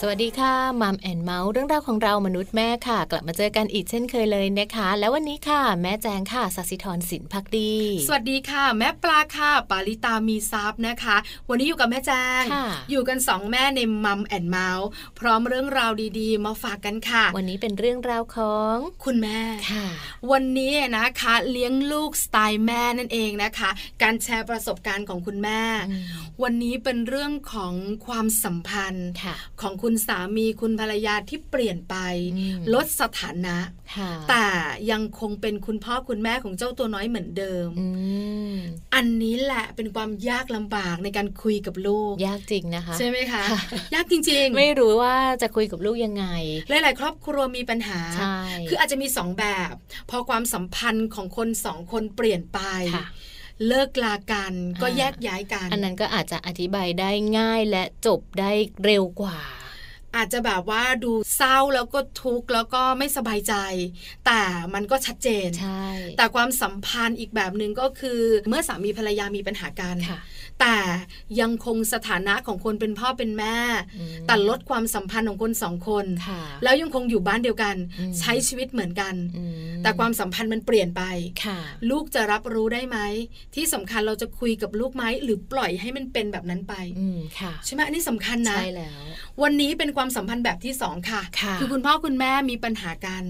สวัสดีค่ะมัมแอนเมาส์เรื่องราวของเรามนุษย์แม่ค่ะ กลับมาเจอกันอีกเช่นเคยเลยนะคะ แล้ววันนี้ค่ะ แม่แจงค่ะสัสิธรสินพักดี สวัสดีค่ะ แม่ปลาค่ะ ปาลิตามีซับนะคะ วันนี้อยู่กับแม่แจง ค่ะ อยู่กันสองแม่ในมัมแอนเมาส์พร้อมเรื่องราวดีๆ มาฝากกันค่ะ วันนี้เป็นเรื่องราวของ คุณแม่ ค่ะ วันนี้นะคะ เลี้ยงลูกสไตล์แม่นั่นเองนะคะ การแชร์ประสบการณ์ของคุณแม่ วันนี้เป็นเรื่องของความสัมพันธ์ ค่ะ ของคุณสามีคุณภรรยาที่เปลี่ยนไป อืม ลดสถานะ ค่ะ แต่ยังคงเป็นคุณพ่อคุณแม่ของเจ้าตัวน้อยเหมือนเดิม อืม อันนี้แหละเป็นความยากลำบากในการคุยกับลูก ยากจริงนะคะ ใช่ไหมคะ ค่ะ ยากจริงๆ ไม่รู้ว่าจะคุยกับลูกยังไง หลายๆครอบครัวมีปัญหา ใช่ คืออาจจะมีสองแบบ พอความสัมพันธ์ของคนสองคนเปลี่ยนไป ค่ะ เลิกลากันก็ อ่า แยกย้ายกัน อันนั้นก็อาจจะอธิบายได้ง่ายและจบได้เร็วกว่า อาจจะแบบว่าดูเศร้าแล้วก็ทุกข์แล้วก็ไม่สบายใจ แต่มันก็ชัดเจน ใช่ แต่ความสัมพันธ์อีกแบบหนึ่งก็คือ เมื่อสามีภรรยามีปัญหากัน ค่ะ แต่ยังคงสถานะของคนเป็นพ่อเป็นแม่ อืม แต่ลดความสัมพันธ์ของคนสองคน ค่ะ แล้วยังคงอยู่บ้านเดียวกัน อืม ใช้ชีวิตเหมือนกัน อื แต่ความสัมพันธ์มันเปลี่ยนไป ค่ะ ลูกจะรับรู้ได้ไหม ที่สำคัญเราจะคุยกับลูกไหม หรือปล่อยให้มันเป็นแบบนั้นไป อืมค่ะ ใช่ไหมอันนี้สำคัญนะ ใช่แล้ว วันนี้เป็นความสัมพันธ์แบบที่สองค่ะ ค่ะ คือคุณพ่อคุณแม่มีปัญหากัน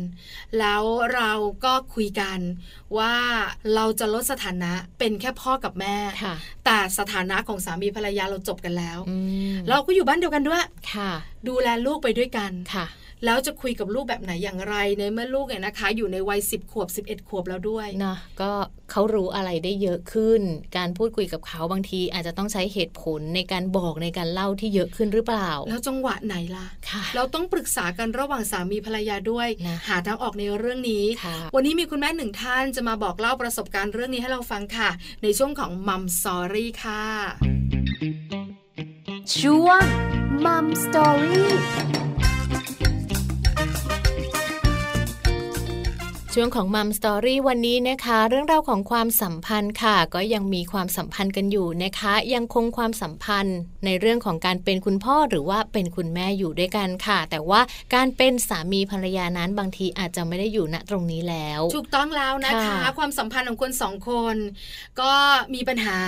แล้วเราก็คุยกัน ว่าเราจะลดสถานะเป็นแค่พ่อกับแม่ ค่ะ แต่สถานะของสามีภรรยาเราจบกันแล้ว อืม เราก็อยู่บ้านเดียวกันด้วย ค่ะ ดูแลลูกไปด้วยกัน ค่ะ แล้วจะคุยกับลูกแบบไหนอย่างไรในเมื่อลูกเนี่ยนะคะ อยู่ในวัย 10 ขวบ 11 ขวบแล้วด้วย นะก็เขารู้อะไรได้เยอะขึ้น การพูดคุยกับเขาบางทีอาจจะต้องใช้เหตุผลในการบอกในการเล่าที่เยอะขึ้นหรือเปล่า แล้วจังหวะไหนล่ะ ค่ะ เราต้องปรึกษากันระหว่างสามีภรรยาด้วย นะ หาทางออกในเรื่องนี้ ค่ะ วันนี้มีคุณแม่หนึ่งท่านจะมาบอกเล่าประสบการณ์เรื่องนี้ให้เราฟังค่ะ ในช่วงของมัมสอรี่ค่ะ ช่วงมัมสตอรี่ ช่วงของมัมสตอรี่วันนี้นะคะ เรื่องราวของความสัมพันธ์ค่ะ ก็ยังมีความสัมพันธ์กันอยู่นะคะ ยังคงความสัมพันธ์ในเรื่องของการเป็นคุณพ่อหรือว่าเป็นคุณแม่อยู่ด้วยกันค่ะ แต่ว่าการเป็นสามีภรรยานั้นบางทีอาจจะไม่ได้อยู่ณตรงนี้แล้ว ถูกต้องแล้วนะคะ ค่ะ ความสัมพันธ์ของคนสองคน ก็มีปัญหา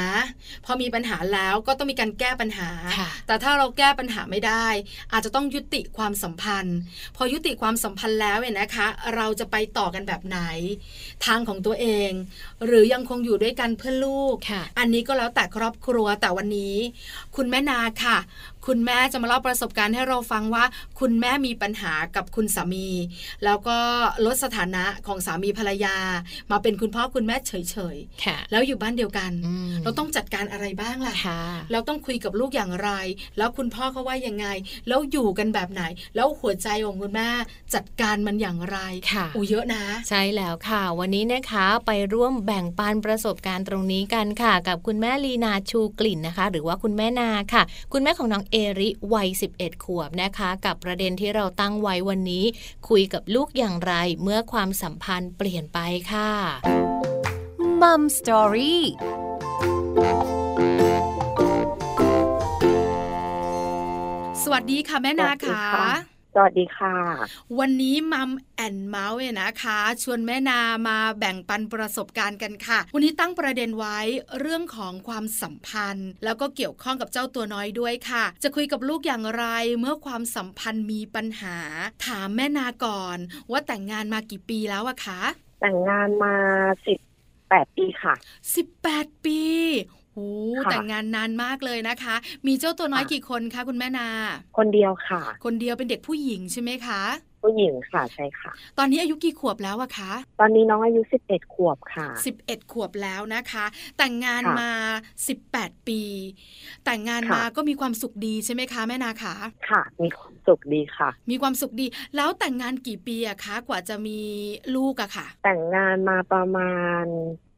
พอมีปัญหาแล้วก็ต้องมีการแก้ปัญหา ค่ะ แต่ถ้าเราแก้ปัญหาไม่ได้ อาจจะต้องยุติความสัมพันธ์ พอยุติความสัมพันธ์แล้วเนี่ยนะคะ เราจะไปต่อกันแบบไหน ทางของตัวเอง หรือยังคงอยู่ด้วยกันเพื่อลูก ค่ะ อันนี้ก็แล้วแต่ครอบครัวแต่วันนี้ คุณแม่นาค่ะ คุณแม่จะมาเล่าประสบการณ์ให้เราฟังว่า คุณแม่มีปัญหากับคุณสามี แล้วก็ลดสถานะของสามีภรรยา มาเป็นคุณพ่อคุณแม่เฉย ค่ะ ๆแล้วอยู่บ้านเดียวกัน อืม เราต้องจัดการอะไรบ้างล่ะ ค่ะ เราต้องคุยกับลูกอย่างไร แล้วคุณพ่อเขาว่ายังไง แล้วอยู่กันแบบไหน แล้วหัวใจของคุณแม่จัดการมันอย่างไร ค่ะ อู้เยอะนะ ใช่แล้วค่ะ วันนี้นะคะไปร่วมแบ่งปันประสบการณ์ตรงนี้กันค่ะ กับคุณแม่ลีนาชูกลิ่นนะคะ หรือว่าคุณแม่นาค่ะ คุณแม่ของน้องเอริวัย 11 ขวบนะคะ กับประเด็นที่เราตั้งไว้วันนี้ คุยกับลูกอย่างไรเมื่อความสัมพันธ์เปลี่ยนไปค่ะ มัมสตอรี่ สวัสดีค่ะแม่นาค่ะ สวัสดีค่ะ วันนี้มัมแอนเมาส์เนี่ยนะคะ ชวนแม่นามาแบ่งปันประสบการณ์กันค่ะ วันนี้ตั้งประเด็นไว้เรื่องของความสัมพันธ์ แล้วก็เกี่ยวข้องกับเจ้าตัวน้อยด้วยค่ะ จะคุยกับลูกอย่างไรเมื่อความสัมพันธ์มีปัญหา ถามแม่นาก่อน ว่าแต่งงานมากี่ปีแล้วอะคะ แต่งงานมาสิบแปดปีค่ะ 18 ปีโอ้ ค่ะ แต่งงานนานมากเลยนะคะ มีเจ้าตัวน้อย ค่ะ กี่คนคะคุณแม่นา คนเดียวค่ะ คนเดียวเป็นเด็กผู้หญิงใช่ไหมคะ ผู้หญิงค่ะใช่ค่ะ ตอนนี้อายุกี่ขวบแล้วอะคะ ตอนนี้น้องอายุสิบเอ็ดขวบค่ะ 11 ขวบแล้วนะคะ แต่งงาน ค่ะ มา 18 ปี แต่งงาน ค่ะ มาก็มีความสุขดีใช่ไหมคะแม่นาคะ ค่ะ มีความสุขดีค่ะ มีความสุขดี แล้วแต่งงานกี่ปีอะคะกว่าจะมีลูกอะค่ะ แต่งงานมาประมาณ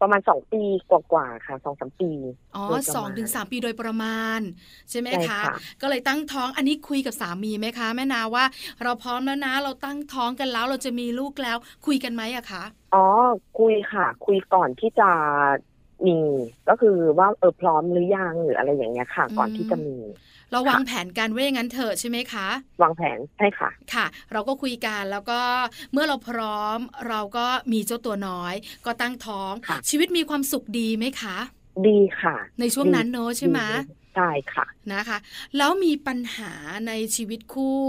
ประมาณสองปีกว่าๆค่ะสองสามปี อ๋อ โดยประมาณ สองถึงสามปีโดยประมาณ ใช่ไหม ใช่ คะ ค่ะ ก็เลยตั้งท้องอันนี้คุยกับสามีไหมคะแม่นาว่า เราพร้อมแล้วนะ เราตั้งท้องกันแล้วเราจะมีลูกแล้วคุยกันไหมอะคะ อ๋อคุยค่ะ คุยก่อนที่จะ มีก็คือว่าเออพร้อมหรือยังหรืออะไรอย่างเงี้ยค่ะ ก่อนที่จะมี เราวางแผนการไว้อย่างนั้นเถอะใช่ไหมคะ วางแผนใช่ค่ะ ค่ะ เราก็คุยกันแล้วก็เมื่อเราพร้อม เราก็มีเจ้าตัวน้อย ก็ตั้งท้อง ค่ะ ชีวิตมีความสุขดีไหมคะ ดีค่ะ ในช่วงนั้นเนอะใช่ไหม ดีใช่ค่ะ นะคะ แล้วมีปัญหาในชีวิตคู่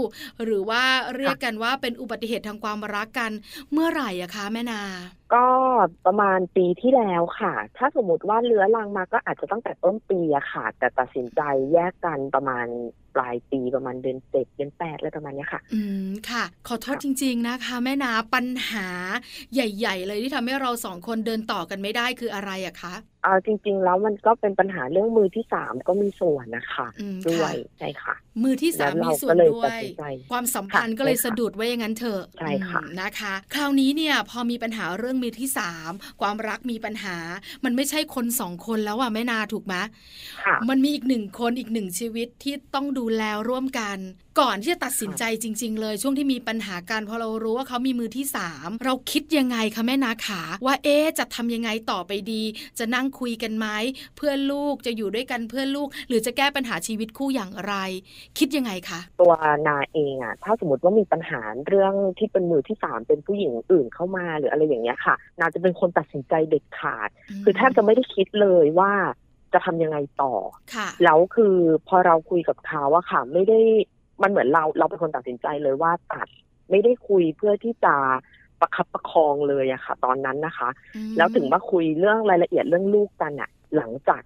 หรือว่าเรียกกันว่าเป็นอุบัติเหตุทางความรักกัน เมื่อไหร่อะคะแม่นา ก็ประมาณปีที่แล้วค่ะ ถ้าสมมติว่าเลื้อรังมาก็อาจจะตั้งแต่ต้นปีอะค่ะ แต่ตัดสินใจแยกกันประมาณปลายปีประมาณเดือนเจ็ดเดือนแปดอะไรประมาณเนี้ยค่ะ อืมค่ะ ขอโทษจริง ๆนะคะ แม่นาปัญหาใหญ่ ๆ เลยที่ทำให้เราสองคนเดินต่อกันไม่ได้คืออะไรอะคะ เอาจริง ๆ แล้วมันก็เป็นปัญหาเรื่องมือที่สามก็มีส่วนนะคะ อืม ด้ว ค่ะ ยใช่ค่ะ มือที่สาม แล้วเรา มีส่วน ก็เลย ด้ว ตัด ย สินใจ ความสัมพันธ์ ค่ะ ก็เลย ใช่ค่ะ สะดุดไว้อย่างนั้นเถอะ ใช่ค่ะ อืมนะคะ คราวนี้เนี่ยพอมีปัญหาเรื่องมือที่สามความรักมีปัญหา มันไม่ใช่คนสองคนแล้วอะแม่นาถูกไหม ค่ะ มันมีอีกหนึ่งคนอีกหนึ่งชีวิตที่ต้องดูแลร่วมกัน ก่อนที่จะตัดสินใจจริง ๆ เลย ช่วงที่มีปัญหากันพอเรารู้ว่าเขามีมือที่สามเราคิดยังไงคะแม่นาขาว่าเอ๊ะจะทำยังไงต่อไปดี จะนั่งคุยกันไหมเพื่อนลูกจะอยู่ด้วยกันเพื่อนลูก หรือจะแก้ปัญหาชีวิตคู่อย่างไร คิดยังไงคะ ตัวนาเองอะถ้าสมมติว่ามีปัญหาเรื่องที่เป็นมือที่สามเป็นผู้หญิงอื่นเข้ามาหรืออะไรอย่างเงี้ยค่ะ นาจะเป็นคนตัดสินใจเด็ดขาด คือแทบจะไม่ได้คิดเลยว่าจะทำยังไงต่อ ค่ะ แล้วคือพอเราคุยกับเขาอะค่ะไม่ได้มันเหมือนเราเราเป็นคนตัดสินใจเลยว่าตัดไม่ได้คุยเพื่อที่จะประคับประคองเลยอะค่ะ ตอนนั้นนะคะ แล้วถึงมาคุยเรื่องรายละเอียดเรื่องลูกกันอะหลังจาก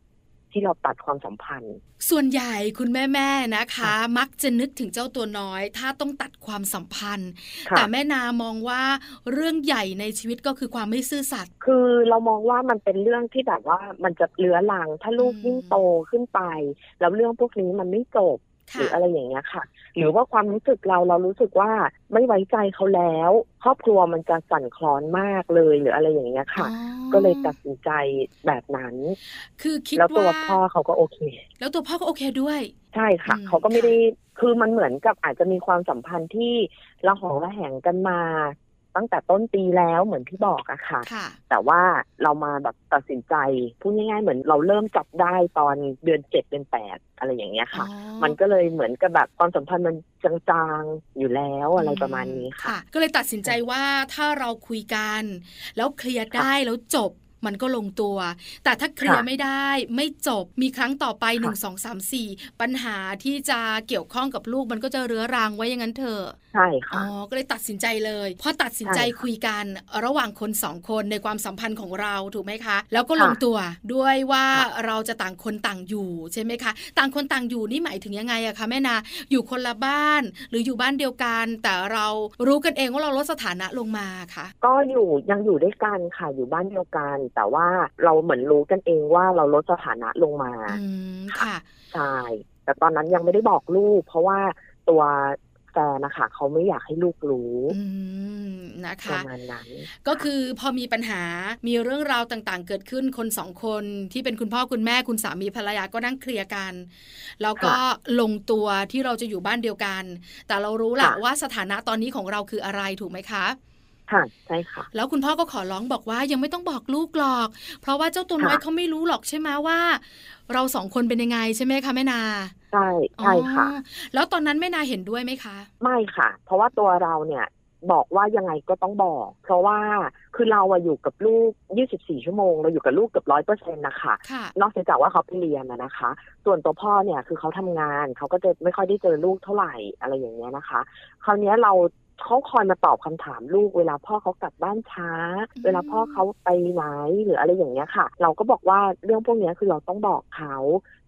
ที่เราตัดความสัมพันธ์ ส่วนใหญ่คุณแม่ๆนะคะ ค่ะ มักจะนึกถึงเจ้าตัวน้อย ถ้าต้องตัดความสัมพันธ์ ค่ะ แต่แม่นามองว่าเรื่องใหญ่ในชีวิตก็คือความไม่ซื่อสัตย์ คือเรามองว่ามันเป็นเรื่องที่แบบว่ามันจะเลื้อรัง ถ้าลูก อืม ยิ่งโตขึ้นไป แล้วเรื่องพวกนี้มันไม่จบ ห ค่ะ รืออะไรอย่างเงี้ยค่ะ หรือว่าความรู้สึกเราเรารู้สึกว่าไม่ไว้ใจเขาแล้ว ครอบครัวมันจะสั่นคลอนมากเลยหรืออะไรอย่างเงี้ยค่ะ อ๋อ ก็เลยตัดสินใจแบบนั้น คือคิด แล้วตัว ว่า พ่อเขาก็โอเค แล้วตัวพ่อก็โอเคด้วย ใช่ค่ะ อืม เขาก็ไม่ ค่ะ ได้คือมันเหมือนกับอาจจะมีความสัมพันธ์ที่ระหองระแหงกันมา ตั้งแต่ต้นปีแล้วเหมือนที่บอกอะค่ะ ค่ะ แต่ว่าเรามาแบบตัดสินใจพูดง่ายๆเหมือนเราเริ่มจับได้ตอนเดือนเจ็ดเดือนแปดอะไรอย่างเงี้ยค่ะ อ๋อ มันก็เลยเหมือนกับแบบความสัมพันธ์มันจางๆอยู่แล้วอะไรประมาณนี้ค่ะ อืมก็เลยตัดสินใจว่าถ้าเราคุยกัน แล้วเคลียร์ได้แล้วจบมันก็ลงตัว แต่ถ้าเคลียร์ ค่ะ ไม่ได้ ไม่จบมีครั้งต่อไป ค่ะ หนึ่งสองสามสี่ปัญหาที่จะเกี่ยวข้องกับลูกมันก็จะเรื้อรังไว้อย่างนั้นเถอะ ใช่ อ๋อ ค่ะ ก็เลยตัดสินใจเลยพอตัดสินใจ ใช่ค่ะ คุยกันระหว่างคนสองคนในความสัมพันธ์ของเราถูกไหมคะ แล้วก็ ค่ะ ลงตัวด้วยว่า ค่ะ เราจะต่างคนต่างอยู่ใช่ไหมคะ ต่างคนต่างอยู่นี่หมายถึงยังไงอะคะแม่นา อยู่คนละบ้านหรืออยู่บ้านเดียวกัน แต่เรารู้กันเองว่าเราลดสถานะลงมาค่ะ ก็อยู่ยังอยู่ด้วยกันค่ะอยู่บ้านเดียวกัน แต่ว่าเราเหมือนรู้กันเองว่าเราลดสถานะลงมา อืมค่ะ ใช่แต่ตอนนั้นยังไม่ได้บอกลูก เพราะว่าตัวแฟนนะคะเขาไม่อยากให้ลูกรู้ อืมนะ ประ คะ มาณนั้น ก็คือพอมีปัญหามีเรื่องราวต่างๆ เกิดขึ้นคนสองคนที่เป็นคุณพ่อคุณแม่คุณสามีภรรยาก็นั่งเคลียร์กัน แล้วก็ ค่ะ ลงตัวที่เราจะอยู่บ้านเดียวกัน แต่เรารู้แหละ ค่ะ ว่าสถานะตอนนี้ของเราคืออะไรถูกไหมคะ ค่ะใช่ค่ะ แล้วคุณพ่อก็ขอร้องบอกว่ายังไม่ต้องบอกลูกหรอก เพราะว่าเจ้าตัวน้อย ค่ะ เขาไม่รู้หรอกใช่ไหมว่า เราสองคนเป็นยังไงใช่ไหมคะแม่นา ใช่ใช่ค่ะ อ๋อแล้วตอนนั้นแม่นาเห็นด้วยไหมคะ ไม่ค่ะ เพราะว่าตัวเราเนี่ยบอกว่ายังไงก็ต้องบอก เพราะว่าคือเราอะอยู่กับลูก 24 ชั่วโมง เราอยู่กับลูกเกือบร้อยเปอร์เซ็นต์นะคะ ค่ะ นอกจากว่าเขาไปเรียนนะนะคะ ส่วนตัวพ่อเนี่ยคือเขาทำงาน เขาก็จะไม่ค่อยได้เจอลูกเท่าไหร่อะไรอย่างเงี้ยนะคะ คราวเนี้ยเราเขาคอยมาตอบคำถามลูก เวลาพ่อเขากลับบ้านช้า อืม เวลาพ่อเขาไปไหนหรืออะไรอย่างเงี้ยค่ะ เราก็บอกว่าเรื่องพวกเนี้ยคือเราต้องบอกเขา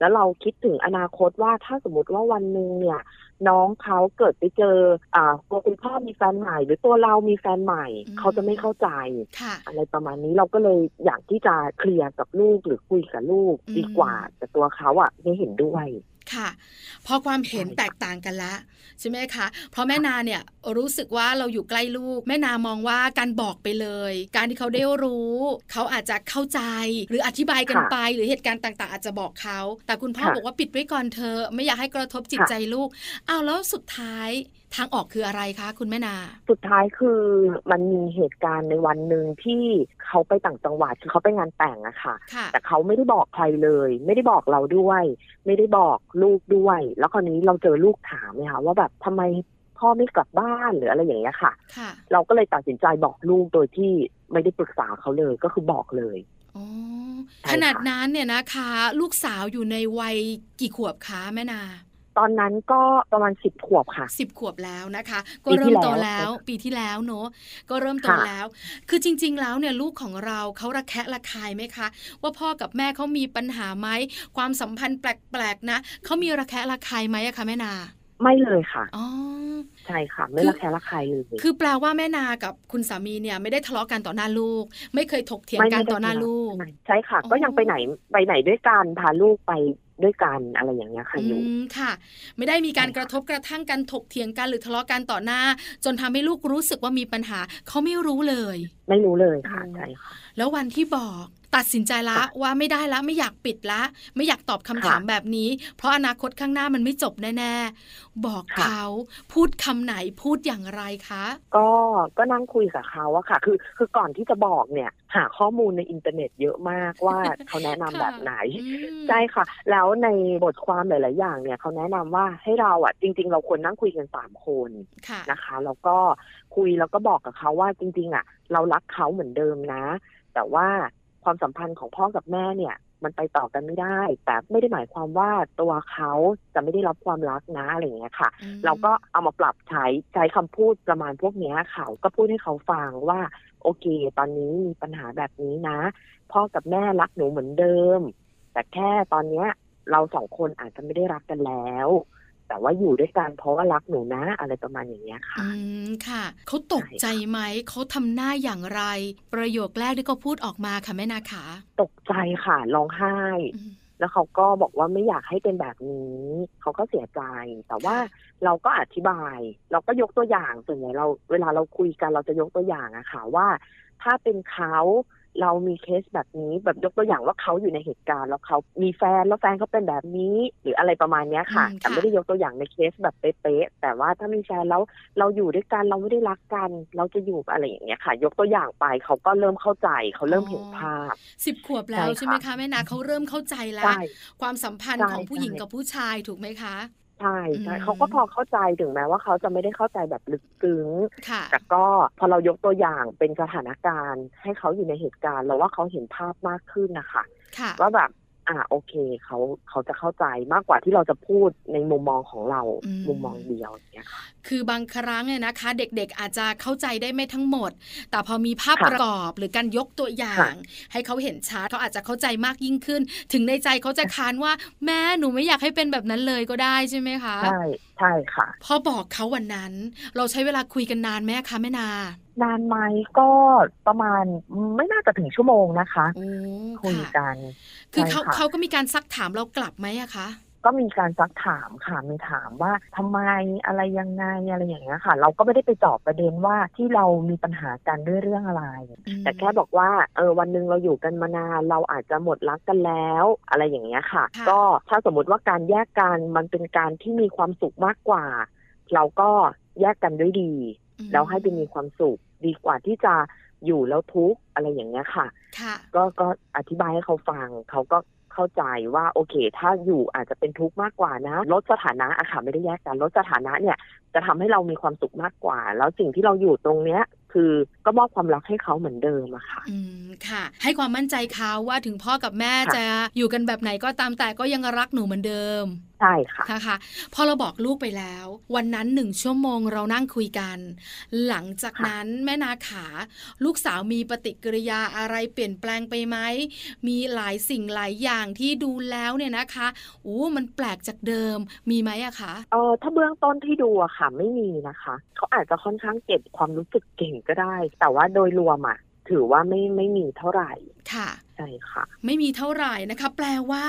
แล้วเราคิดถึงอนาคตว่าถ้าสมมติว่าวันหนึ่งเนี่ย น้องเขาเกิดไปเจออ่าตัวคุณพ่อมีแฟนใหม่ หรือตัวเรามีแฟนใหม่ อืม เขาจะไม่เข้าใจ ค่ะ อะไรประมาณนี้เราก็เลยอยากที่จะเคลียร์กับลูกหรือคุยกับลูก อืม ดีกว่า แต่ตัวเขาอะไม่เห็นด้วย ค่ะ พอความเห็นแตกต่างกันละใช่ไหมคะ เพราะแม่นาเนี่ยรู้สึกว่าเราอยู่ใกล้ลูก แม่นามองว่าการบอกไปเลย การที่เขาได้รู้ เขาอาจจะเข้าใจ หรืออธิบายกัน ค่ะ ไป หรือเหตุการณ์ต่างๆ อาจจะบอกเขา แต่คุณพ่อ ค่ะ บอกว่าปิดไว้ก่อนเธอะไม่อยากให้กระทบจิต ค่ะ ใจลูกเอาวแล้วสุดท้าย ทางออกคืออะไรคะ คุณแม่นา สุดท้ายคือมันมีเหตุการณ์ในวันหนึ่งที่เขาไปต่างจังหวัดคือเขาไปงานแต่งอะค่ะ ค่ะ แต่เขาไม่ได้บอกใครเลย ไม่ได้บอกเราด้วย ไม่ได้บอกลูกด้วย แล้วคราวนี้เราเจอลูกถามเนี่ยค่ะว่าแบบทำไมพ่อไม่กลับบ้านหรืออะไรอย่างเงี้ยค่ะ ค่ะ เราก็เลยตัดสินใจบอกลูกโดยที่ไม่ได้ปรึกษาเขาเลยก็คือบอกเลย อ๋อ ใช่ค่ะ ขนาดนั้นเนี่ยนะคะ ลูกสาวอยู่ในวัยกี่ขวบคะแม่นา ตอนนั้นก็ประมาณสิบขวบค่ะ สิบขวบแล้วนะคะ ก็ ปีที่ เริ่มโต แล้ แล้วว ปีที่แล้วเนอะก็เริ่มโต ค่ะ แล้ว คือจริง ๆ แล้วเนี่ยลูกของเราเขาระแคะระคายไหมคะ ว่าพ่อกับแม่เขามีปัญหาไหมความสัมพันธ์แปลกๆนะเขามีระแคะระคายไหมอะคะแม่นา ไม่เลยค่ะ อ๋อ ใช่ค่ะ ไม่ คือ ระแคะระคายเลย คือแปลว่าแม่นากับคุณสามีเนี่ยไม่ได้ทะเลาะกันต่อหน้าลูก ไม่เคยถกเถียงกันต่อหน้าลูก ใช่ค่ะ อ๋อ ก็ยังไปไหนไปไหนด้วยกันพาลูกไปด้วยกันอะไรอย่างเงี้ยค่ะ อื อยู่ มค่ะ ไม่ได้มีการ ใช่ค่ะ กระทบกระทั่งกันถกเถียงกันหรือทะเลาะกันต่อหน้า จนทำให้ลูกรู้สึกว่ามีปัญหาเขาไม่รู้เลย ไม่รู้เลยค่ะ อ๋อ ใช่ค่ะ แล้ววันที่บอก ตัดสินใจละ ค่ะ ว่าไม่ได้ละไม่อยากปิดละ ไม่อยากตอบคำถาม ค่ะ แบบนี้ เพราะอนาคตข้างหน้ามันไม่จบแน่ๆบอก ค่ะ เขาพูดคำไหนพูดอย่างไรคะ ก็ก็นั่งคุยกับเขาอะค่ะ คือคือก่อนที่จะบอกเนี่ย หาข้อมูลในอินเทอร์เน็ตเยอะมาก ว่า เขาแนะนำแบบไหน อืม ใช่ค่ะ แล้วในบทความหลาย ๆ อย่างเนี่ยเขาแนะนำว่าให้เราอะจริง ๆ เราควรนั่งคุยกันสามคน ค่ะ นะคะ แล้วก็คุยแล้วก็บอกกับเขาว่าจริง ๆอะเรารักเขาเหมือนเดิมนะ แต่ว่าความสัมพันธ์ของพ่อกับแม่เนี่ย มันไปต่อกันไม่ได้ แต่ไม่ได้หมายความว่าตัวเขาจะไม่ได้รับความรักนะอะไรอย่างเงี้ยค่ะ อืม เราก็เอามาปรับใช้ใช้คำพูดประมาณพวกเนี้ยค่ะก็พูดให้เขาฟังว่า โอเค ตอนนี้มีปัญหาแบบนี้นะ พ่อกับแม่รักหนูเหมือนเดิม แต่แค่ตอนเนี้ย เราสองคนอาจจะไม่ได้รักกันแล้ว แต่ว่าอยู่ด้วยกันเพราะว่ารักหนูนะอะไรประมาณอย่างเงี้ยค่ะ อืมค่ะเขาตกใจไหมเขาทำหน้าอย่างไร ประโยคแรกที่เขาพูดออกมาค่ะแม่นาขา ตกใจค่ะร้องไห้ อืม แล้วเขาก็บอกว่าไม่อยากให้เป็นแบบนี้ เขาก็เสียใจ แต่ว่า ค่ะ เราก็อธิบาย เราก็ยกตัวอย่างส่วนใหญ่เราเวลาเราคุยกันเราจะยกตัวอย่างอะค่ะว่า ถ้าเป็นเขาเรามีเคสแบบนี้แบบยกตัวอย่างว่าเขาอยู่ในเหตุการณ์แล้วเขามีแฟนแล้วแฟนเขาเป็นแบบนี้ หรืออะไรประมาณเนี้ยค่ะ อืมค่ะ แต่ไม่ได้ยกตัวอย่างในเคสแบบเป๊ะๆแต่ว่าถ้ามีแฟนแล้วเราอยู่ด้วยกันเราไม่ได้รักกัน เราจะอยู่อะไรอย่างเงี้ยค่ะ ยกตัวอย่างไปเขาก็เริ่มเข้าใจเขาเริ่มเห็นภาพ สิบขวบแล้ว ใช่ ใช่ไหม ค่ะ คะแม่นาเขาเริ่มเข้าใจแล้ว ใช่ ความสัมพันธ์ ใช่ ของผู้หญิง ใช่ กับผู้ชายถูกไหมคะ ใช่ใช่ อืม เขาก็พอเข้าใจถึงแม้ว่าเขาจะไม่ได้เข้าใจแบบลึกซึ้ง ค่ะ แต่ก็พอเรายกตัวอย่างเป็นสถานการณ์ ให้เขาอยู่ในเหตุการณ์เราว่าเขาเห็นภาพมากขึ้นนะคะ ค่ะ ว่าแบบอ่าโอเคเขาเขาจะเข้าใจมากกว่าที่เราจะพูดในมุมมองของเรา อืม มุมมองเดียวอย่างเงี้ยค่ะ คือบางครั้งเนี่ยนะคะ เด็กๆอาจจะเข้าใจได้ไม่ทั้งหมด แต่พอมีภาพปค่ะระกอบหรือการยกตัวอย่าง ค่ะ ให้เขาเห็นชัดเขาอาจจะเข้าใจมากยิ่งขึ้น ถึงในใจเขาจะคานว่าแม่หนูไม่อยากให้เป็นแบบนั้นเลยก็ได้ใช่ไหมคะ ใช่ใช่ค่ะ พอบอกเขาวันนั้น เราใช้เวลาคุยกันนานไหมคะแม่นาน านไหมก็ประมาณไม่น่าจะถึงชั่วโมงนะคะ โอ้ คุย ค่ะ กัน คือ ใช่ เขา ค่ะ เขาก็มีการซักถามเรากลับไหมอะคะ ก็มีการซักถามค่ะมีถามว่าทำไมอะไรยังไงอะไรอย่างเงี้ยค่ะ เราก็ไม่ได้ไปเจอบประเด็นว่าที่เรามีปัญหากันด้วยเรื่องอะไร อืม แต่แค่บอกว่าเออวันหนึ่งเราอยู่กันมานานเราอาจจะหมดรักกันแล้ว อะไรอย่างเงี้ยค่ะ ค่ะ ก็ถ้าสมมติว่าการแยกกันมันเป็นการที่มีความสุขมากกว่า เราก็แยกกันด้วยดี อืม แล้วให้ไปมีความสุขดีกว่าที่จะอยู่แล้วทุกข์อะไรอย่างเงี้ยค่ะ ค่ะ ก็ก็อธิบายให้เขาฟัง เขาก็เข้าใจว่าโอเค ถ้าอยู่อาจจะเป็นทุกข์มากกว่านะ ลดสถานะอะค่ะไม่ได้แยกกันลดสถานะเนี่ย จะทำให้เรามีความสุขมากกว่า แล้วสิ่งที่เราอยู่ตรงเนี้ย คือก็มอบความรักให้เขาเหมือนเดิมอะค่ะ อืมค่ะ ให้ความมั่นใจเขาว่าถึงพ่อกับแม่ ค่ะ จะอยู่กันแบบไหนก็ตามแต่ก็ยังรักหนูเหมือนเดิม ใช่ค่ะ นะคะ พอเราบอกลูกไปแล้ว วันนั้นหนึ่งชั่วโมงเรานั่งคุยกัน หลังจากนั้นแม่นาขา ลูกสาวมีปฏิกิริยาอะไรเปลี่ยนแปลงไปไหมมีหลายสิ่งหลายอย่างที่ดูแล้วเนี่ยนะคะอู้มันแปลกจากเดิมมีไหมอะคะ เออถ้าเบื้องต้นที่ดูอะค่ะ ไม่มีนะคะ เขาอาจจะค่อนข้างเก็บความรู้สึกเก่งก็ได้ แต่ว่าโดยรวมอะถือว่าไม่ไม่มีเท่าไหร่ ค่ะ ใช่ค่ะ ไม่มีเท่าไหร่นะคะ แปลว่า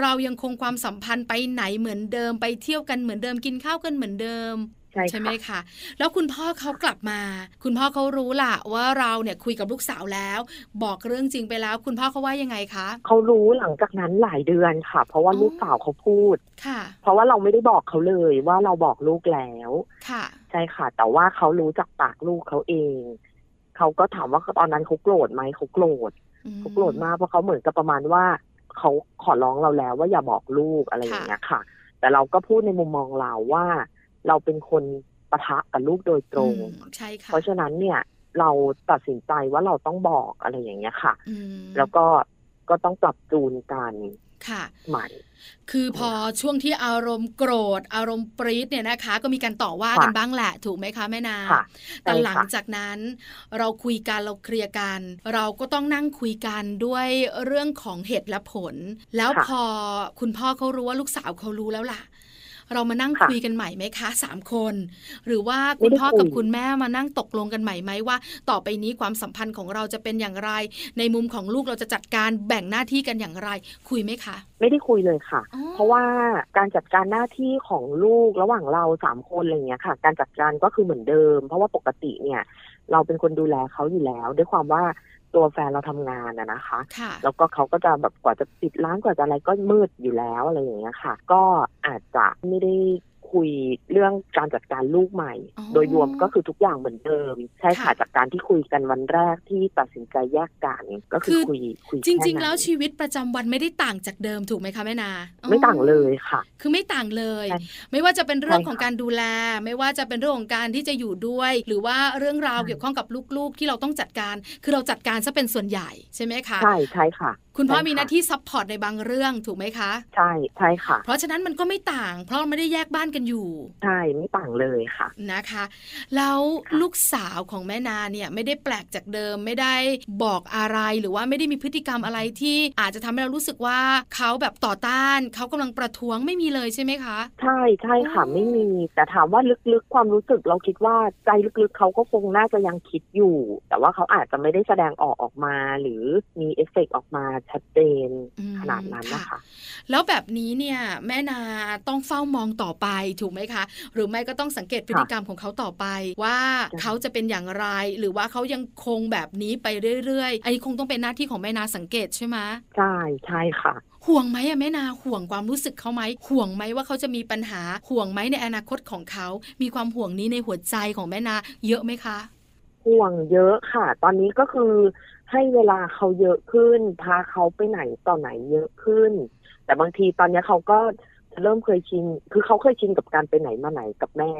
เรายังคงความสัมพันธ์ไปไหนเหมือนเดิมไปเที่ยวกันเหมือนเดิมกินข้าวกันเหมือนเดิม ใช่ ช่ ใช่ไหม ค่ะ คะ แล้วคุณพ่อเขากลับมา คุณพ่อเขารู้ล่ะว่าเราเนี่ยคุยกับลูกสาวแล้ว บอกเรื่องจริงไปแล้ว คุณพ่อเขาว่ายังไงคะ เขารู้หลังจากนั้นหลายเดือนค่ะ เพราะว่า อ๋อ ลูกสาวเขาพูด ค่ะ เพราะว่าเราไม่ได้บอกเขาเลยว่าเราบอกลูกแล้ว ค่ะ ใช่ค่ะ แต่ว่าเขารู้จากปากลูกเขาเอง เขาก็ถามว่าตอนนั้นเขาโกรธไหมเขาโกรธเขาโกรธมากเพราะเขาเหมือนกับประมาณว่าเขาขอร้องเราแล้ว ว่าอย่าบอกลูกอะไรอย่างเงี้ยค่ะ แต่เราก็พูดในมุมมองเราว่า เราเป็นคนปะทะกับลูกโดยตรง อืมใช่ค่ะ เพราะฉะนั้นเนี่ย เราตัดสินใจว่าเราต้องบอกอะไรอย่างเงี้ยค่ะ อืม แล้วก็ก็ต้องปรับจูนกัน ค่ะ ใหม่ คือพอช่วงที่อารมณ์โกรธ อารมณ์ปรี๊ดเนี่ยนะคะ ก็มีการต่อว่า ค่ะ กันบ้างแหละ ถูกไหมคะแม่นา ค่ะ แต่ ใช่ หลัง ค่ะ จากนั้นเราคุยกันเราเคลียร์กัน เราก็ต้องนั่งคุยกันด้วยเรื่องของเหตุและผล แล้ว ค่ะ พอคุณพ่อเขารู้ว่าลูกสาวเขารู้แล้วล่ะ เรามานั่ง ค่ะ คุยกันใหม่ไหมคะสามคน หรือว่าคุณ ไม่ได้ พ่อกับ คุย คุณแม่มานั่งตกลงกันใหม่ไหมว่า ต่อไปนี้ความสัมพันธ์ของเราจะเป็นอย่างไร ในมุมของลูกเราจะจัดการแบ่งหน้าที่กันอย่างไร คุยไหมคะ ไม่ได้คุยเลยค่ะ อ๋อ เพราะว่าการจัดการหน้าที่ของลูกระหว่างเราสามคนอะไรอย่างเงี้ยค่ะ การจัดการก็คือเหมือนเดิม เพราะว่าปกติเนี่ย เราเป็นคนดูแลเขาอยู่แล้ว ด้วยความว่าตัวแฟนเราทำงานอะนะคะ ค่ะ แล้วก็เขาก็จะแบบกว่าจะปิดร้านกว่าจะอะไรก็มืดอยู่แล้วอะไรอย่างเงี้ยค่ะ ก็อาจจะไม่ได้คุยเรื่องการจัดการลูกใหม่ อ๋อ โดยรวมก็คือทุกอย่างเหมือนเดิม ใช่ค่ะ ค่ะ จากการที่คุยกันวันแรกที่ตัดสินใจแยกกันก็คือคุยคุย จ ค่นั้น ริง ๆ แล้วชีวิตประจำวันไม่ได้ต่างจากเดิมถูกไหมคะแม่นาอ๋อ ไม่ต่างเลยค่ะ คือไม่ต่างเลย ใช่ ไม่ว่าจะเป็นเรื่อง ใช่ค่ะ ของการดูแล ไม่ว่าจะเป็นเรื่องของการที่จะอยู่ด้วย หรือว่าเรื่องราว ใช่ เกี่ยวข้องกับลูกๆ ที่เราต้องจัดการ คือเราจัดการซะเป็นส่วนใหญ่ใช่ไหมคะ ใช่ใช่ค่ะ คุณพ่อ ใช่ค่ะ มีหน้าที่ซัพพอร์ตในบางเรื่องถูกไหมคะ ใช่ใช่ค่ะ เพราะฉะนั้นมันก็ไม่ต่าง เพราะเราไม่ได้แยกบ้านกันอยู่ ใช่ไม่ต่างเลยค่ะ นะคะ แล้ว ค่ะ ลูกสาวของแม่นาเนี่ยไม่ได้แปลกจากเดิม ไม่ได้บอกอะไรหรือว่าไม่ได้มีพฤติกรรมอะไรที่อาจจะทำให้เรารู้สึกว่าเขาแบบต่อต้านเขากำลังประท้วงไม่มีเลยใช่ไหมคะ ใช่ใช่ค่ะ อืม ไม่มีแต่ถามว่าลึกๆความรู้สึกเราคิดว่าใจลึกๆเขาก็คงน่าจะยังคิดอยู่ แต่ว่าเขาอาจจะไม่ได้แสดงออกออกมา หรือมีเอฟเฟกต์ออกมาชัดเจน อืม ขนาดนั้นนะ ค่ะ คะ แล้วแบบนี้เนี่ยแม่นาต้องเฝ้ามองต่อไปถูกไหมคะ หรือไม่ก็ต้องสังเกตพฤติกรรมของเขาต่อไป ว่าเขาจะเป็นอย่างไร หรือว่าเขายังคงแบบนี้ไปเรื่อยๆอันนี้คงต้องเป็นหน้าที่ของแม่นาสังเกตใช่ไหม ใช่ใช่ค่ะ ห่วงไหมอะแม่นาห่วงความรู้สึกเขาไหมห่วงไหมว่าเขาจะมีปัญหาห่วงไหมในอนาคตของเขา มีความห่วงนี้ในหัวใจของแม่นา เยอะไหมคะ ห่วงเยอะค่ะ ตอนนี้ก็คือให้เวลาเขาเยอะขึ้น พาเขาไปไหนต่อไหนเยอะขึ้น แต่บางทีตอนเนี้ยเขาก็เริ่มเคยชิน คือเขาเคยชินกับการไปไหนมาไหนกับแม่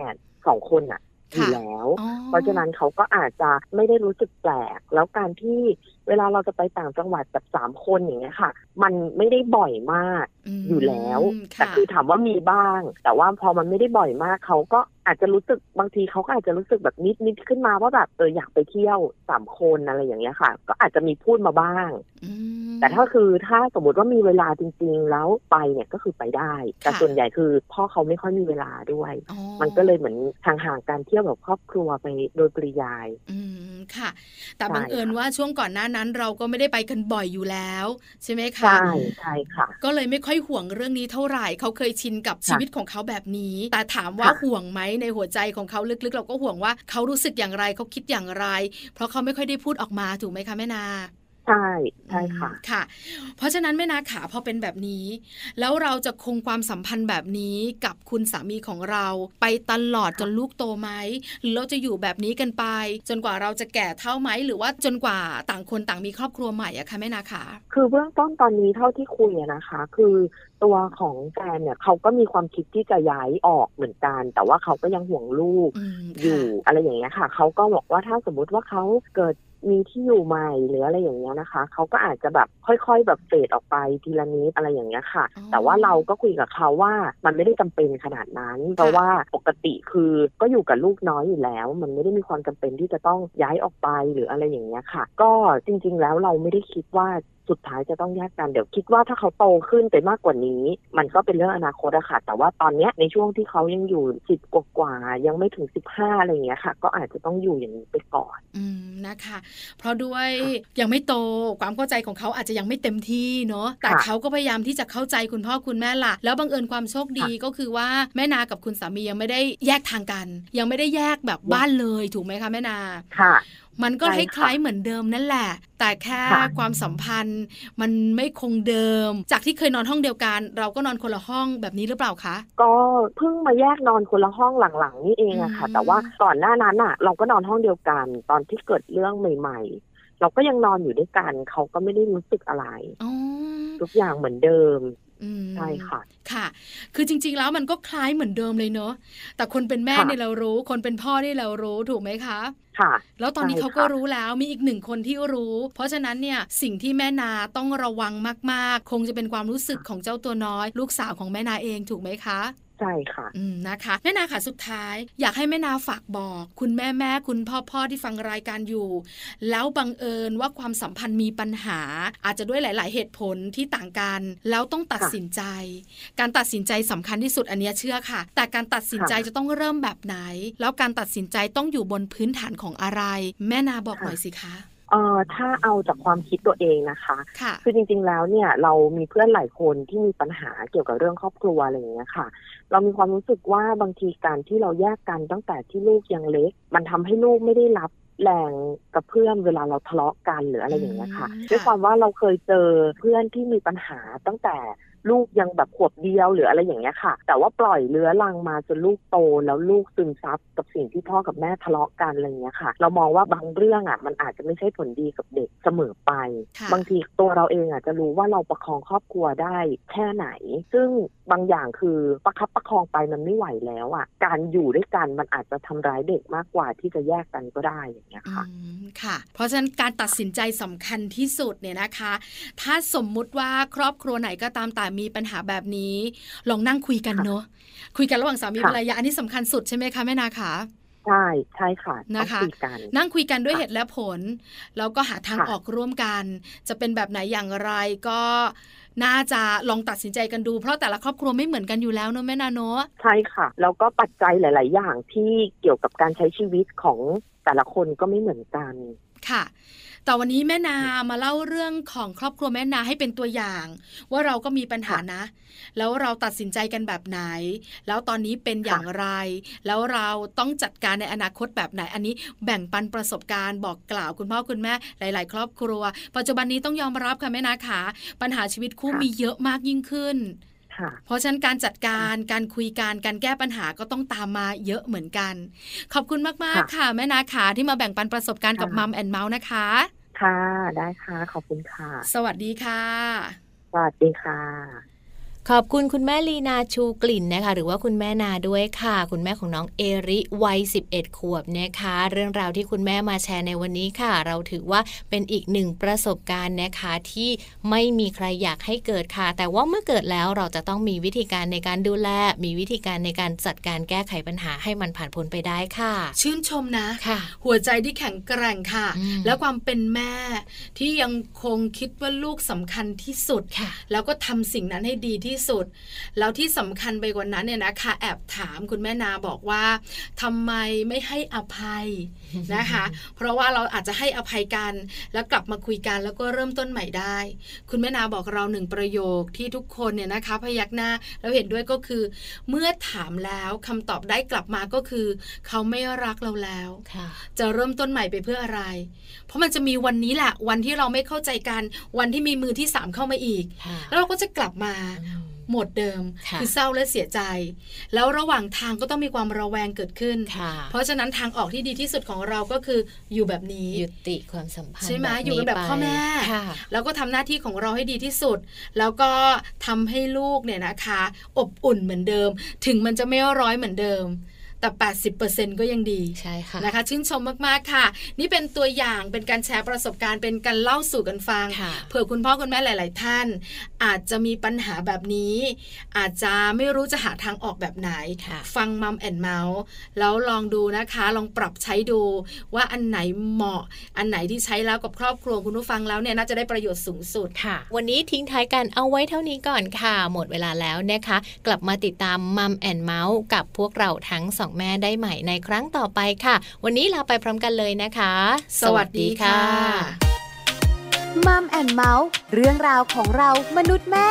สองคนอะอยู่ ค่ะ แล้ว อ๋อ เพราะฉะนั้นเขาก็อาจจะไม่ได้รู้สึกแปลก แล้วการที่เวลาเราจะไปต่างจังหวัดแบบสามคนอย่างเงี้ยค่ะ มันไม่ได้บ่อยมาก ม อยู่แล้ว แต่ ค่ะ คือถามว่ามีบ้าง แต่ว่าพอมันไม่ได้บ่อยมาก เขาก็อาจจะรู้สึกบางทีเขาก็อาจจะรู้สึกแบบนิดนิดๆขึ้นมาว่าแบบเอออยากไปเที่ยวสามคนอะไรอย่างเงี้ยค่ะ ก็อาจจะมีพูดมาบ้าง อืม แต่ถ้าคือถ้าสมมติว่ามีเวลาจริง ๆ แล้วไปเนี่ยก็คือไปได้ แต่ ค่ะ ส่วนใหญ่คือพ่อเขาไม่ค่อยมีเวลาด้วย อ๋อ มันก็เลยเหมือนห่างๆการเที่ยวแบบครอบครัวไปโดยปริยาย อืมค่ะ แต่ ใช่ บังเอิญ ค่ะ ว่าช่วงก่อนหน้านั้นเราก็ไม่ได้ไปกันบ่อยอยู่แล้ว ใช่ไหมคะ ใช่ใช่ค่ะ ก็เลยไม่ค่อยห่วงเรื่องนี้เท่าไหร่เขาเคยชินกับชีวิตของเขาแบบนี้ แต่ถามว่า ค่ะ ห่วงไหมในหัวใจของเขาลึกๆ เราก็ห่วงว่าเขารู้สึกอย่างไรเขาคิดอย่างไร เพราะเขาไม่ค่อยได้พูดออกมาถูกไหมคะแม่นา ใช่ใช่ค่ะ อืมค่ะ เพราะฉะนั้นแม่นาขาพอเป็นแบบนี้ แล้วเราจะคงความสัมพันธ์แบบนี้กับคุณสามีของเรา ไปตลอดจนลูกโตไหมหรือเราจะอยู่แบบนี้กันไป จนกว่าเราจะแก่เท่าไหมหรือว่าจนกว่าต่างคนต่างมีครอบครัวใหม่อะคะแม่นาขา คือเบื้องต้นตอนนี้เท่าที่คุยอะนะคะ คือตัวของแฟนเนี่ยเขาก็มีความคิดที่จะย้ายออกเหมือนกัน แต่ว่าเขาก็ยังห่วงลูก อืม อยู่ ค่ะ อะไรอย่างเงี้ยค่ะเขาก็บอกว่าถ้าสมมติว่าเขาเกิดมีที่อยู่ใหม่หรืออะไรอย่างเงี้ยนะคะเขาก็อาจจะแบบค่อยๆ แบบเฟดออกไปทีละนิดอะไรอย่างเงี้ยค่ะ อ๋อ แต่ว่าเราก็คุยกับเขาว่ามันไม่ได้จำเป็นขนาดนั้น เพราะว่าปกติคือก็อยู่กับลูกน้อยอยู่แล้ว มันไม่ได้มีความจำเป็นที่จะต้องย้ายออกไปหรืออะไรอย่างเงี้ยค่ะ ก็จริง ๆ แล้วเราไม่ได้คิดว่า สุดท้ายจะต้องแยกกันเดี๋ยวคิดว่าถ้าเขาโตขึ้นไปมากกว่านี้ มันก็เป็นเรื่องอนาคตอะค่ะ แต่ว่าตอนเนี้ยในช่วงที่เขายังอยู่สิบกว่าๆยังไม่ถึงสิบห้าอะไรอย่างเงี้ยค่ะ ก็อาจจะต้องอยู่อย่างนี้ไปก่อน อืมนะคะ เพราะด้วยยังไม่โตความเข้าใจของเขาอาจจะยังไม่เต็มที่เนาะแต่ ค่ะ เขาก็พยายามที่จะเข้าใจคุณพ่อคุณแม่ละแล้วบังเอิญความโชคดีก็คือว่าแม่นากับคุณสามียังไม่ได้แยกทางกัน ยังไม่ได้แยกแบบบ้านเลยถูกไหมคะแม่นา ค่ะ มันก็ ใช่ ค ค่ะ ล้ายๆเหมือนเดิมนั่นแหละ แต่แค่ ค่ะ ความสัมพันธ์ มันไม่คงเดิม จากที่เคยนอนห้องเดียวกัน เราก็นอนคนละห้องแบบนี้หรือเปล่าคะ ก็เพิ่งมาแยกนอนคนละห้องหลังๆนี่เองอะค่ะ อืม แต่ว่าก่อนหน้านั้นอะเราก็นอนห้องเดียวกัน ตอนที่เกิดเรื่องใหม่ ๆ เราก็ยังนอนอยู่ด้วยกันเขาก็ไม่ได้รู้สึกอะไร อ๋อ ทุกอย่างเหมือนเดิม อืม ใช่ค่ะ ค่ะ คือจริงๆ แล้วมันก็คล้ายเหมือนเดิมเลยเนอะ แต่คนเป็นแม่ ค่ะ เนี่ยเรารู้ คนเป็นพ่อเนี่ยเรารู้ถูกไหมคะ ค่ะ แล้วตอนนี้ ใช่ เขา ค่ะ ก็รู้แล้ว มีอีกหนึ่งคนที่รู้ เพราะฉะนั้นเนี่ยสิ่งที่แม่นาต้องระวังมากๆ คงจะเป็นความรู้สึกของเจ้าตัวน้อย ลูกสาวของแม่นาเองถูกไหมคะ ใช่ค่ะ อืมนะคะ แม่นาค่ะสุดท้าย อยากให้แม่นาฝากบอก คุณแม่แม่ๆคุณพ่อพ่อที่ฟังรายการอยู่ แล้วบังเอิญว่าความสัมพันธ์มีปัญหา อาจจะด้วยหลาย ๆ เหตุผลที่ต่างกัน แล้วต้องตัดสินใจ การตัดสินใจสำคัญที่สุดอันเนี้ยเชื่อค่ะ แต่การตัดสินใจ ค่ะ จะต้องเริ่มแบบไหน แล้วการตัดสินใจต้องอยู่บนพื้นฐานของอะไร แม่นาบอก ค่ะ หน่อยสิคะ เอ่อถ้าเอาจากความคิดตัวเองนะคะ ค่ะ คือจริงๆ แล้วเนี่ยเรามีเพื่อนหลายคนที่มีปัญหาเกี่ยวกับเรื่องครอบครัวอะไรอย่างเงี้ยค่ะ เรามีความรู้สึกว่าบางทีการที่เราแยกกันตั้งแต่ที่ลูกยังเล็ก มันทำให้ลูกไม่ได้รับแรงกระเพื่อมเวลาเราทะเลาะกันหรืออะไรอย่างเงี้ยค่ะ อืมค่ะ ด้วยความว่าเราเคยเจอเพื่อนที่มีปัญหาตั้งแต่ลูกยังแบบขวบเดียวหรืออะไรอย่างเงี้ยค่ะ แต่ว่าปล่อยเลื้อรังมาจนลูกโตแล้วลูกซึมซับกับสิ่งที่พ่อกับแม่ทะเลาะกันอะไรอย่างเงี้ยค่ะ เรามองว่าบางเรื่องอ่ะมันอาจจะไม่ใช่ผลดีกับเด็กเสมอไป ค่ะ บางทีตัวเราเองอาจจะรู้ว่าเราประคองครอบครัวได้แค่ไหน ซึ่งบางอย่างคือประคับประคองไปมันไม่ไหวแล้วอ่ะ การอยู่ด้วยกันมันอาจจะทำร้ายเด็กมากกว่าที่จะแยกกันก็ได้อย่างเงี้ยค่ะ อืมค่ะ เพราะฉะนั้นการตัดสินใจสำคัญที่สุดเนี่ยนะคะ ถ้าสมมุติว่าครอบครัวไหนก็ตามแต่มีปัญหาแบบนี้ ลองนั่งคุยกัน ค่ะ เนอะคุยกันระหว่างสามี ค่ะ ภรรยาอันนี้สำคัญสุดใช่ไหมคะแม่นาคะ ใช่ใช่ค่ะต้อ นะ ง คะ คุยกัน นั่งคุยกันด้วย ค่ะ เหตุและผล แล้วก็หาทาง ค่ะ ออกร่วมกัน จะเป็นแบบไหนอย่างไรก็น่าจะลองตัดสินใจกันดู เพราะแต่ละครอบครัวไม่เหมือนกันอยู่แล้วเนอะแม่นาเนอะ ใช่ค่ะ แล้วก็ปัจจัยหลาย ๆ อย่างที่เกี่ยวกับการใช้ชีวิตของแต่ละคนก็ไม่เหมือนกัน ค่ะ แต่วันนี้แม่นามาเล่าเรื่องของครอบครัวแม่นาให้เป็นตัวอย่าง ว่าเราก็มีปัญหานะ แล้วเราตัดสินใจกันแบบไหน แล้วตอนนี้เป็นอย่างไร แล้วเราต้องจัดการในอนาคตแบบไหน อันนี้แบ่งปันประสบการณ์บอกกล่าวคุณพ่อคุณแม่หลาย ๆ ครอบครัว ปัจจุบันนี้ต้องยอมรับค่ะแม่นาขาปัญหาชีวิตคู่ ค่ะ มีเยอะมากยิ่งขึ้น ค่ะ เพราะฉะนั้นการจัดการการคุยการการแก้ปัญหาก็ต้องตามมาเยอะเหมือนกัน ขอบคุณมาก ค่ะ ๆค่ะ แม่นาขาที่มาแบ่งปันประสบการณ์กับ ค่ะ มัมแอนเมาส์นะคะ ค่ะได้ค่ะขอบคุณค่ะ สวัสดีค่ะ สวัสดีค่ะ ขอบคุณคุณแม่ลีนาชูกลิ่นนะคะ หรือว่าคุณแม่นาด้วยค่ะ คุณแม่ของน้องเอริวัย 11 ขวบนะคะ เรื่องราวที่คุณแม่มาแชร์ในวันนี้ค่ะ เราถือว่าเป็นอีกหนึ่งประสบการณ์นะคะที่ไม่มีใครอยากให้เกิดค่ะ แต่ว่าเมื่อเกิดแล้วเราจะต้องมีวิธีการในการดูแล มีวิธีการในการจัดการแก้ไขปัญหาให้มันผ่านพ้นไปได้ค่ะ ชื่นชมนะ ค่ะ หัวใจที่แข็งแกร่งค่ะ อืม และความเป็นแม่ที่ยังคงคิดว่าลูกสำคัญที่สุด ค่ะ แล้วก็ทำสิ่งนั้นให้ดีที่สุด แล้วที่สำคัญไปกว่านั้นเนี่ยนะคะ แอบถามคุณแม่นาบอกว่าทำไมไม่ให้อภัย นะคะ เพราะว่าเราอาจจะให้อภัยกัน แล้วกลับมาคุยกันแล้วก็เริ่มต้นใหม่ได้ คุณแม่นาบอกเราหนึ่งประโยคที่ทุกคนเนี่ยนะคะ พยักหน้าแล้วเห็นด้วยก็คือ เมื่อถามแล้วคำตอบได้กลับมาก็คือ เขาไม่รักเราแล้ว ค่ะ จะเริ่มต้นใหม่ไปเพื่ออะไร เพราะมันจะมีวันนี้แหละวันที่เราไม่เข้าใจกัน วันที่มีมือที่สามเข้ามาอีก ค่ะ แล้วเราก็จะกลับมา หมดเดิม ค่ะ อเศร้าและเสียใจ แล้วระหว่างทางก็ต้องมีความระแวงเกิดขึ้น ค่ะ เพราะฉะนั้นทางออกที่ดีที่สุดของเราก็คืออยู่แบบนี้ ยุติความสัมพันธ์ ใช่ไหม บบนี้ อยู่กันแบบ ไป พ่อแม่ ค่ะ แล้วก็ทำหน้าที่ของเราให้ดีที่สุด แล้วก็ทำให้ลูกเนี่ยนะคะ อบอุ่นเหมือนเดิม ถึงมันจะไม่ร้อยเหมือนเดิม แต่ 80%ก็ยังดี ใช่ค่ะ นะคะชื่นชมมากๆค่ะ นี่เป็นตัวอย่างเป็นการแชร์ประสบการณ์เป็นการเล่าสู่กันฟัง ค่ะ เผื่อคุณพ่อคุณแม่หลาย ๆ ท่าน อาจจะมีปัญหาแบบนี้ อาจจะไม่รู้จะหาทางออกแบบไหน ค่ะ ฟังมัมแอนเมาส์แล้วลองดูนะคะ ลองปรับใช้ดู ว่าอันไหนเหมาะ อันไหนที่ใช้แล้วกับครอบครัวคุณผู้ฟังแล้วเนี่ยน่าจะได้ประโยชน์สูงสุด ค่ะ วันนี้ทิ้งท้ายกันเอาไว้เท่านี้ก่อนค่ะ หมดเวลาแล้วนะคะ กลับมาติดตามมัมแอนเมาส์กับพวกเราทั้งสองแม่ได้ใหม่ในครั้งต่อไปค่ะ วันนี้ลาไปพร้อมกันเลยนะคะ สวัสดีค่ะ มัมแอนเมาส์เรื่องราวของเรามนุษย์แม่